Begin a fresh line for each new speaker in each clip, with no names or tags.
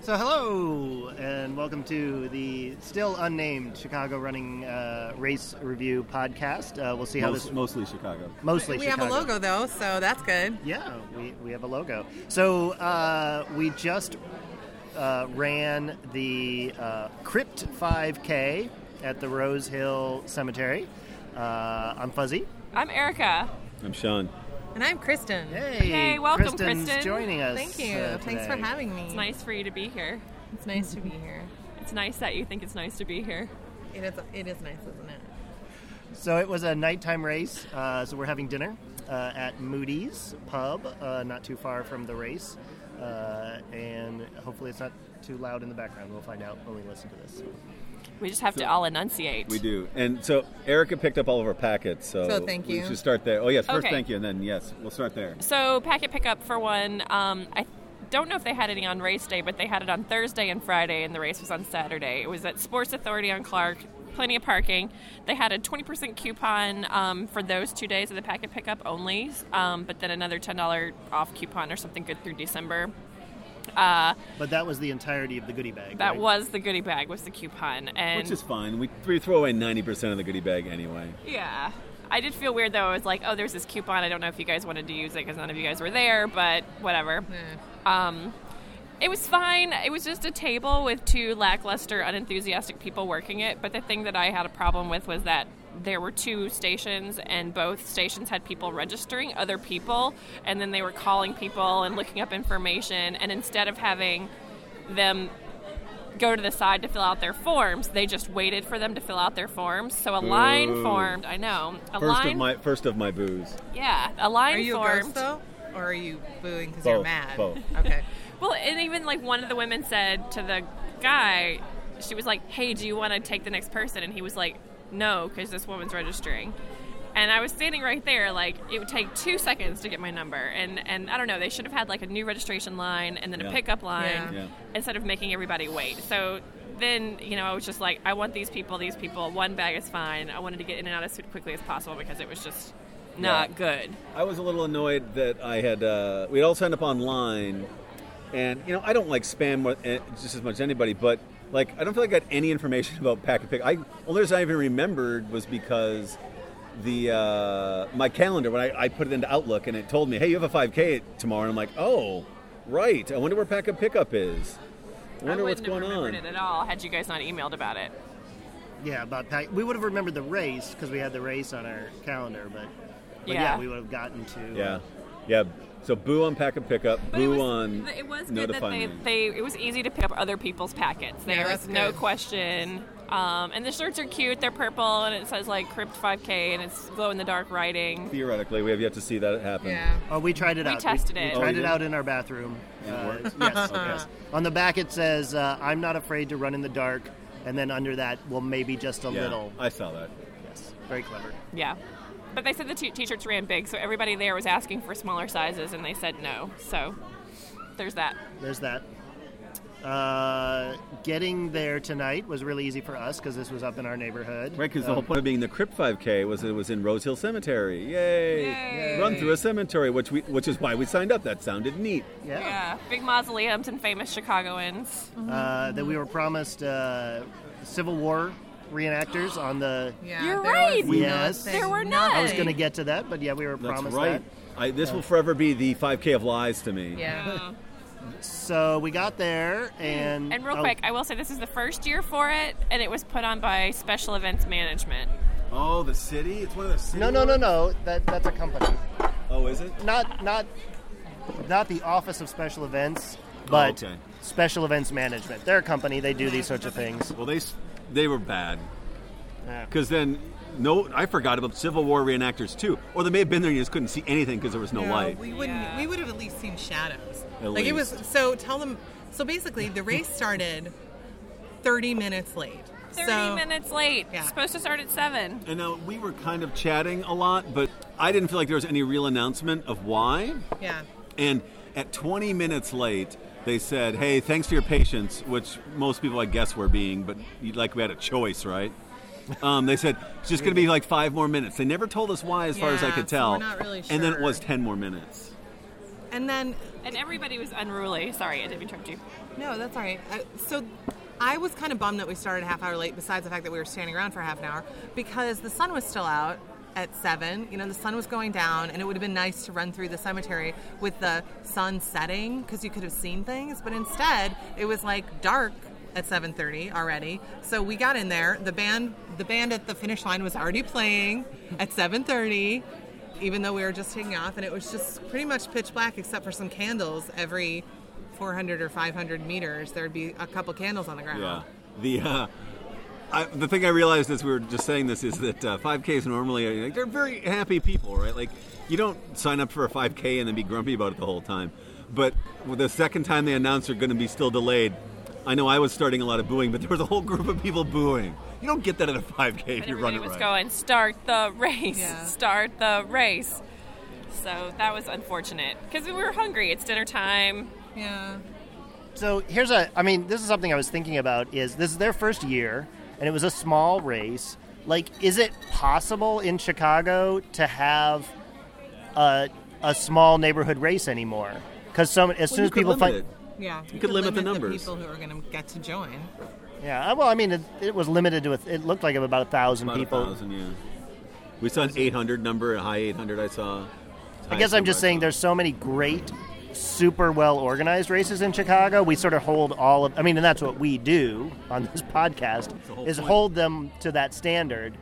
So hello and welcome to the still unnamed Chicago Running uh, Race Review podcast. Uh, we'll see how
Most,
this
mostly Chicago.
mostly
We have
Chicago.
a logo though, so that's good.
Yeah, we, we have a logo. So uh, we just uh, ran the uh, Crypt 5K at the Rose Hill Cemetery. Uh, I'm Fuzzy.
I'm Erica.
I'm Sean.
And I'm Kristen.
Hey,
Hey, welcome,
Kristen's
Kristen.
joining us.
Thank you.
uh,
Thanks for
today.
having me.
It's nice for you to be here.
It's nice to be here.
It's nice that you think it's nice to be here.
It is. It is nice, isn't it?
So it was a nighttime race. Uh, so we're having dinner uh, at Moody's Pub, uh, not too far from the race, uh, and hopefully it's not too loud in the background. We'll find out when we listen to this.
We just have to all enunciate.
We do. And so Erica picked up all of our packets. So,
So thank you.
We should start there. Oh, yes, first
Okay.
thank you, and then yes, we'll start there.
So packet pickup for one. Um, I don't know if they had any on race day, but they had it on Thursday and Friday, and the race was on Saturday. It was at Sports Authority on Clark. Plenty of parking. They had a 20% coupon um, for those two days of the packet pickup only, um, but then another $10 off coupon or something good through December. Uh,
But that was the entirety of the goodie bag.
that
right?
was the goodie bag, was the coupon. And
Which is fine. We, we throw away 90% of the goodie bag anyway.
Yeah. I did feel weird though. I was like, oh, there's this coupon. I don't know if you guys wanted to use it because none of you guys were there, but whatever.
Eh.
Um, it was fine. It was just a table with two lackluster, unenthusiastic people working it. But the thing that I had a problem with was that there were two stations, and both stations had people registering other people, and then they were calling people and looking up information. And instead of having them go to the side to fill out their forms, they just waited for them to fill out their forms. So a line
Boo.
formed. I know a
First
line.
of my first of my booze.
yeah, a line
Are you a
formed.
ghost though, or are you booing because you're
Both,
mad?
both.
Okay.
Well, and even like one of the women said to the guy, she was like, "Hey, do you want to take the next person?" And he was like, "No, because this woman's registering." And I was standing right there, like it would take two seconds to get my number, and and I don't know, they should have had like a new registration line and then
Yeah.
a pickup line
Yeah.
Yeah.
instead of making everybody wait. So then, you know, I was just like, I want these people, these people. One bag is fine. I wanted to get in and out as quickly as possible because it was just not
Yeah.
good.
I was a little annoyed that I had uh, we'd all signed up online, and you know I don't like spam more, eh, just as much as anybody, but like I don't feel like I got any information about packet pick. I only reason I even remembered was because the uh, my calendar when I, I put it into Outlook and it told me, hey, you have a 5K tomorrow, and I'm like, oh, right. I wonder where packet pickup is. I wonder
I
what's
wouldn't
going
have remembered
on.
it at all had you guys not emailed about it.
yeah about pack. We would have remembered the race because we had the race on our calendar, but, but yeah.
Yeah.
we would have gotten to uh,
Yeah, yeah. So boo on packet pickup,
But
boo
it was,
on
th- It was good that
notifying
they,
me.
they. It was easy to pick up other people's packets. There
Yeah,
was
that's
no
good.
question. Um, and the shirts are cute. They're purple, and it says like Crypt 5K, and it's glow in the dark writing.
Theoretically, we have yet to see that happen.
Yeah.
Oh, we tried it
We
out.
tested
We
it.
Oh,
tried
you
it
did?
out in our bathroom. Uh,
And it worked?
yes, yes. On the back it says, uh, "I'm not afraid to run in the dark," and then under that, well, maybe just a
Yeah,
little.
I saw that.
Yes, very clever.
Yeah, but they said the t- t-shirts ran big, so everybody there was asking for smaller sizes, and they said no. So there's that.
There's that. Uh, getting there tonight was really easy for us because this was up in our neighborhood.
Right, because the
Um,
whole point of being the Crypt 5K was it was in Rose Hill Cemetery. Yay!
Yay.
Run through a cemetery, which we which is why we signed up. That sounded neat.
Yeah.
Yeah, big mausoleums and famous Chicagoans.
Uh, that we were promised uh, Civil War reenactors on the.
Yeah.
You're
there
right.
was
Yes.
nothing-
There were
I
none.
was going to get to that, but yeah, we were
That's
promised
right. I, this will forever be the 5K of lies to me.
Yeah.
Yeah.
that. So we got there, and
Um, And real
oh,
quick, I will say this is the first year for it, and it was put on by Special Events Management.
Oh, the city? It's one of the city.
no, no, no,
ones?
no. That that's a company,
Oh, is it?
not not not the Office of Special Events, but
Oh, okay.
Special Events Management. They're a company. They do these sorts of things.
Well, they s- they were bad.
Yeah.
Because then, no, I forgot about Civil War reenactors too. Or they may have been there and you just couldn't see anything because there was no, light.
We wouldn't.
Yeah.
We would have at least seen shadows.
At
like it was.
least.
So tell them. So basically, the race started thirty minutes late.
30
so,
minutes late.
Yeah.
Supposed to start at 7.
And now we were kind of chatting a lot, but I didn't feel like there was any real announcement of why.
Yeah.
And at 20 minutes late, they said, "Hey, thanks for your patience," which most people, I guess, were being, but you- like we had a choice, right? Um, they said it's just going to be like five more minutes. They never told us why, as far as I
Yeah,
could
so
tell.
we're not really
And then it
sure.
was 10 more minutes.
And then
and everybody was unruly. Sorry, I didn't mean to interrupt you.
No, that's all right. Uh, so I was kind of bummed that we started a half hour late, besides the fact that we were standing around for half an hour, because the sun was still out at 7. You know, the sun was going down, and it would have been nice to run through the cemetery with the sun setting because you could have seen things. But instead, it was like dark at 7:30 already. So we got in there. The band the band at the finish line was already playing at 7:30 even though we were just taking off and it was just pretty much pitch black except for some candles every 400 or 500 meters there would be a couple candles on the ground.
Yeah. The uh, I, the thing I realized as we were just saying this is that uh, 5Ks normally are, like, they're very happy people, right? Like you don't sign up for a 5K and then be grumpy about it the whole time. But the second time they announced they're going to be still delayed, I know I was starting a lot of booing, but there was a whole group of people booing. You don't get that at a 5K if
But
you run
everybody
it
was
right.
going, start the race,
Yeah.
start the race. So that was unfortunate because we were hungry. It's dinner time.
Yeah.
So here's a. I mean, this is something I was thinking about. Is this is their first year, and it was a small race. Like, is it possible in Chicago to have a a small neighborhood race anymore? Because so as soon
you
as
could
people
limit
find,
it.
Yeah. You
could limit the numbers.
people who are going to get to join.
yeah. Well, I mean, it, it was limited to. A, it looked like about a thousand
About a
people.
thousand, yeah. We saw an 800 number, a high 800 I saw.
I guess I'm just saying there's so many great, super well organized races in Chicago. We sort of hold all of, I mean, and that's what we do on this podcast
the whole
is
point.
hold them to that standard.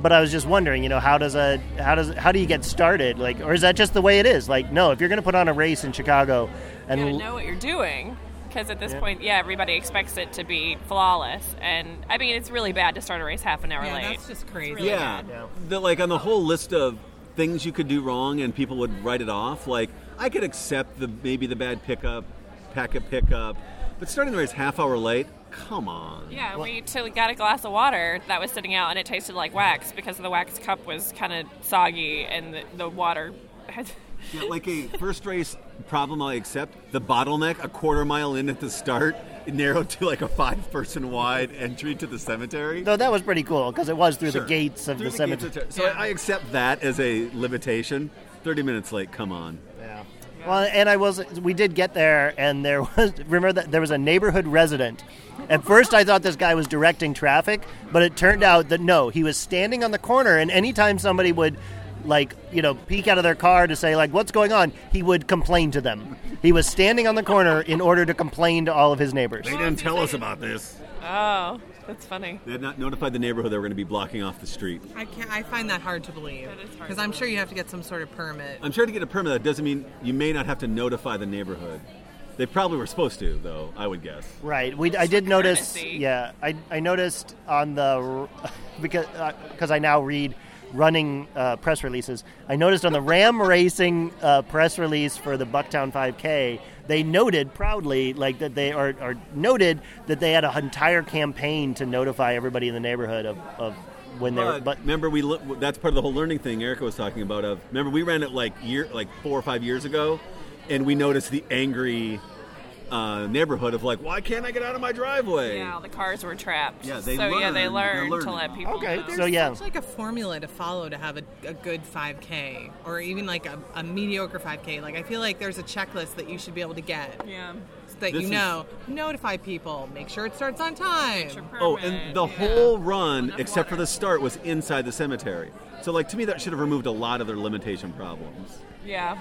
But I was just wondering, you know, how does a how does how do you get started? Like, or is that just the way it is? Like, no, if you're going to put on a race in Chicago, and
You gotta know what you're doing because at this point, yeah, everybody expects it to be flawless. And I mean, it's really bad to start a race half an hour
Yeah,
late.
that's just crazy.
really
Yeah.
Yeah.
The, like on the whole list of things you could do wrong and people would write it off, like I could accept the maybe the bad pickup, packet pickup, but starting the race half hour late, come on.
Yeah, we till we got a glass of water that was sitting out, and it tasted like wax because the wax cup was kind of soggy, and the, the water. Had,
Yeah, like a first race problem I accept, the bottleneck a quarter mile in at the start, narrowed to like a five person wide entry to the cemetery.
though that was pretty cool because it was through the gates of
Through
the,
gates
cemetery.
of- so I I accept that as a limitation. 30 minutes late, come on.
Yeah. Well, and I was we did get there, and there was remember that there was a neighborhood resident. At first, I thought this guy was directing traffic, but it turned out that no, he was standing on the corner, and anytime somebody would like you know peek out of their car to say like what's going on he would complain to them he was standing on the corner in order to complain to all of his neighbors
They didn't tell us about this.
oh, that's funny.
They had not notified the neighborhood they were going to be blocking off the street.
I can not I find that hard to believe
That is hard
because
to
I'm sure you have to get some sort of permit.
I'm sure to get a permit, that doesn't mean you may not have to notify the neighborhood. They probably were supposed to, though, I would guess.
Right. We I did notice.
courtesy.
Yeah, I, I noticed on the r- because because I now read running uh, press releases. I noticed on the Ram Racing uh, press release for the Bucktown 5K, they noted proudly like that they are, are noted that they had an entire campaign to notify everybody in the neighborhood of, of when they were.
But,
But
remember, we lo- that's part of the whole learning thing Erica was talking about. Of remember, we ran it like year, like four or five years ago, and we noticed the angry uh, neighborhood of like, why can't I get out of my driveway?
Yeah, all the cars were trapped.
Yeah, they
so yeah, they
learned-
learned
they're
to let
learning.
people.
Okay,
know.
there's- So, yeah.
It's like a formula to follow to have a, a good 5K or even like a, a mediocre 5K. Like I feel like there's a checklist that you should be able to get
yeah.
so that
This
you
is-
know. Notify people. Make sure it starts on time.
Get your permit.
Oh, and the
Yeah.
whole run,
Enough
except for
water.
the start, was inside the cemetery. So, like to me, that should have removed a lot of their limitation problems.
Yeah.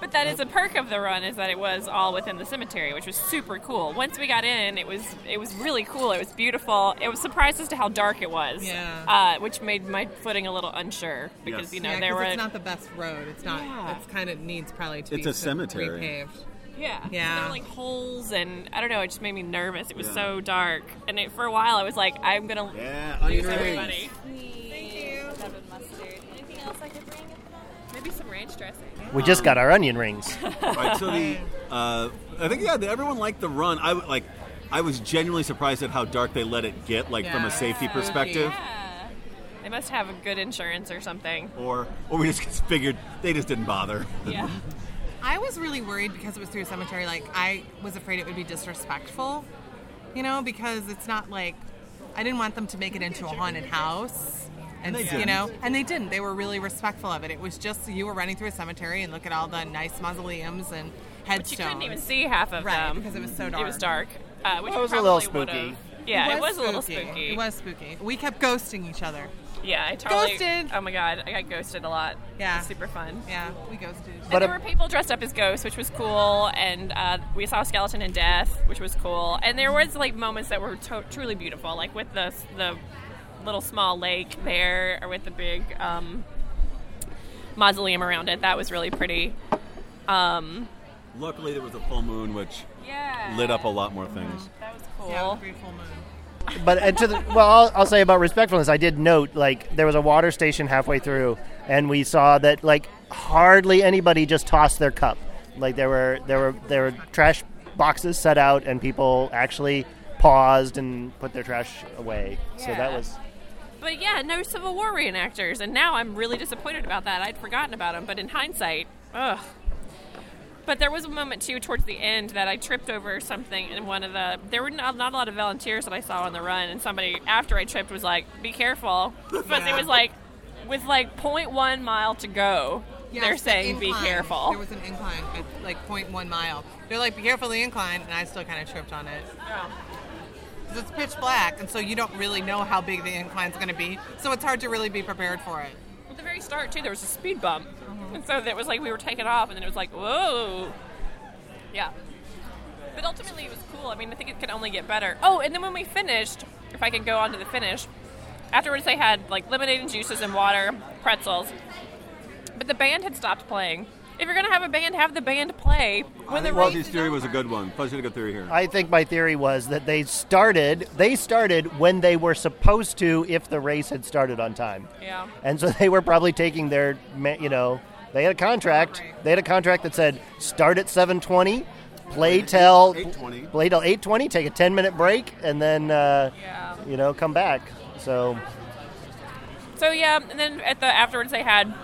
But that is a perk of the run is that it was all within the cemetery, which was super cool. Once we got in, it was it was really cool. It was beautiful. It was surprised as to how dark it was.
Yeah.
Uh, which made my footing a little unsure because
Yes.
you know
yeah,
there
'cause
were
it's not the best road. It's not.
Yeah.
It's kind of needs probably to
It's
be
a cemetery.
repaved.
yeah,
Yeah.
there were like holes and I don't know. It just made me nervous. It was
Yeah.
so dark, and it, for a while I was like, I'm gonna
Yeah,
lose
onion
everybody.
Thank you. Seven mustard. Anything else I could bring at the moment?
Maybe some ranch dressing.
we just got our onion rings.
All right, so the uh, I think yeah, the- everyone liked the run. I w- like. I was genuinely surprised at how dark they let it get, like from
Yeah.
a safety
Yeah.
perspective,
Yeah. They must have a good insurance or something.
or or we just figured they just didn't bother.
Yeah.
I was really worried because it was through a cemetery. Like I was afraid it would be disrespectful, you know, because it's not like I didn't want them to make it into a haunted house. And,
they
you
didn't.
know, and they didn't. They were really respectful of it. It was just you were running through a cemetery and look at all the nice mausoleums and headstones.
You couldn't even see half of
Right,
them
because it was so
It
dark.
was dark. Uh, which
Well, it was a
probably
little spooky.
would've- Yeah, it was, a little spooky.
It was spooky. We kept ghosting each other.
Yeah, I totally.
Ghosted.
Oh my god, I got ghosted a lot.
Yeah.
It's super fun.
Yeah, we ghosted.
But
and there
a-
were people dressed up as ghosts, which was cool, and uh, we saw Skeleton and Death, which was cool. And there was like moments that were to- truly beautiful, like with the the little small lake there, or with the big um, mausoleum around it. That was really pretty. Um,
Luckily, there was a full moon, which
yeah,
lit up a lot more things.
That was cool.
Yeah, with three full moon.
But and to the, well, I'll, I'll say about respectfulness. I did note like there was a water station halfway through, and we saw that like hardly anybody just tossed their cup. Like there were there were there were trash boxes set out, and people actually paused and put their trash away. So that
Yeah.
was
But yeah, no Civil War reenactors, and now I'm really disappointed about that. I'd forgotten about them, but in hindsight, ugh. But there was a moment too towards the end that I tripped over something, and one of the there were not, not a lot of volunteers that I saw on the run, and somebody after I tripped was like, "Be careful," but it
Yeah.
was like with like 0.1 mile to go,
Yes,
they're
the
saying, "Be
incline.
careful."
There was an incline at like 0.1 mile. They're like, be careful of the incline, and I still kind of tripped on it. 'Cause It's pitch black, and so you don't really know how big the incline's going to be, so it's hard to really be prepared for it.
At the very start too, there was a speed bump, and so that was like we were taking off, and then it was like whoa, yeah. But ultimately, it was cool. I mean, I think it could only get better. Oh, and then when we finished, if I can go on to the finish, afterwards they had like lemonade and juices and water, pretzels, but the band had stopped playing. If you're gonna have a band, have the band play when the race
Fuzzy's
is
theory was a
over.
good one. Fuzzy had a good theory here.
I think my theory was that they started they started when they were supposed to if the race had started on time.
Yeah.
And so they were probably taking their ma- you know, they had a contract.
Right.
They had a contract that said start at 7:20, play till
8:20.
play till 8:20, take a 10-minute break and then uh,
Yeah.
you know, come back. So
So yeah, and then at the afterwards they had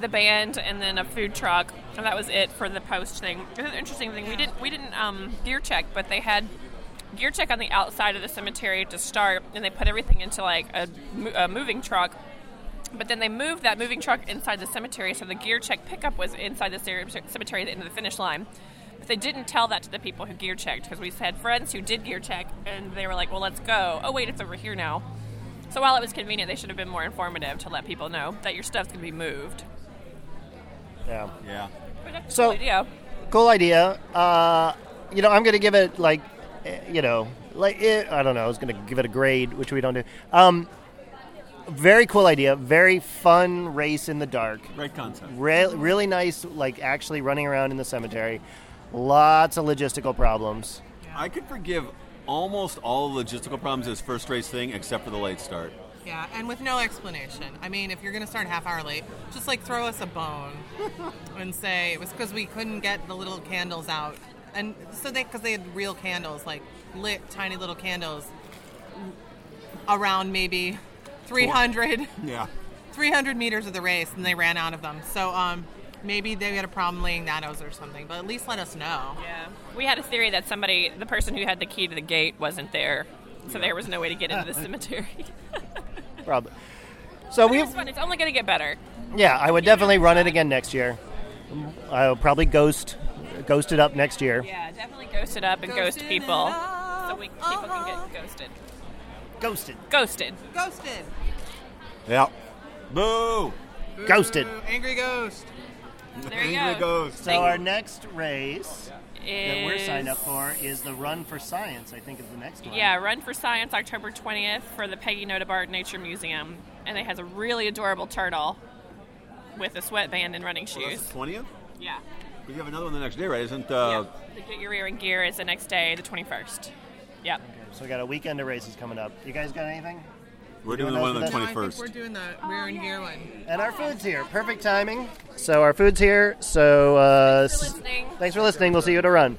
the band and then a food truck, and that was it for the post thing. Another interesting thing we didn't we didn't um, gear check, but they had gear check on the outside of the cemetery to start, and they put everything into like a, mo- a moving truck. But then they moved that moving truck inside the cemetery, so the gear check pickup was inside the cere- cemetery at the end of the finish line. But they didn't tell that to the people who gear checked because we had friends who did gear check, and they were like, "Well, let's go." Oh wait, it's over here now. So while it was convenient, they should have been more informative to let people know that your stuff can be moved.
yeah.
yeah.
But that's a
So-
cool idea.
cool idea. Uh, you know, I'm going to give it like, eh, you know, like eh, I don't know. I was going to give it a grade, which we don't do. Um, very cool idea. Very fun race in the dark.
Great concept.
Re- really nice, like actually running around in the cemetery. Lots of logistical problems.
I could forgive almost all the logistical problems of this first race thing except for the late start.
Yeah, and with no explanation. I mean, if you're going to start a half hour late, just like throw us a bone and say it was because we couldn't get the little candles out. And so they, because they had real candles, like lit tiny little candles around maybe 300,
Yeah.
300 meters of the race, and they ran out of them. So um, maybe they had a problem laying that out or something, but at least let us know.
Yeah. We had a theory that somebody, the person who had the key to the gate, wasn't there, so there was no way to get into the cemetery.
Probably. So
But it
we,
was fun. It's only going to get better.
yeah, I would definitely run it again next year. I'll probably ghost, ghost it up next year.
Yeah, definitely ghost it up and
Ghosted
ghost people,
it up.
so we, people
Uh-huh.
can get ghosted.
Ghosted,
Ghosted.
Ghosted.
Yeah. Boo!
ghosted.
Ooh, Angry ghost.
There you
Angry
go.
ghost.
So our next race. that we're
Is-
signed up for is the Run for Science. I think is the next one.
Yeah, Run for Science, October 20th for the Peggy Notabart Nature Museum, and it has a really adorable turtle with a sweatband and running
Well, that's
shoes.
the 20th?
Yeah.
We have another one the next day, right? Isn't uh,
Yep. The get your rear in gear is the next day, the 21st. Yep.
So we got a weekend of races coming up. You guys got anything?
we're
doing
doing the one on the
those
No, I think
21st?
we're doing the rear and gear one.
And our food's here. Perfect timing. So uh, our food's here. So uh,
Thanks for listening.
thanks for listening. We'll see you at a run.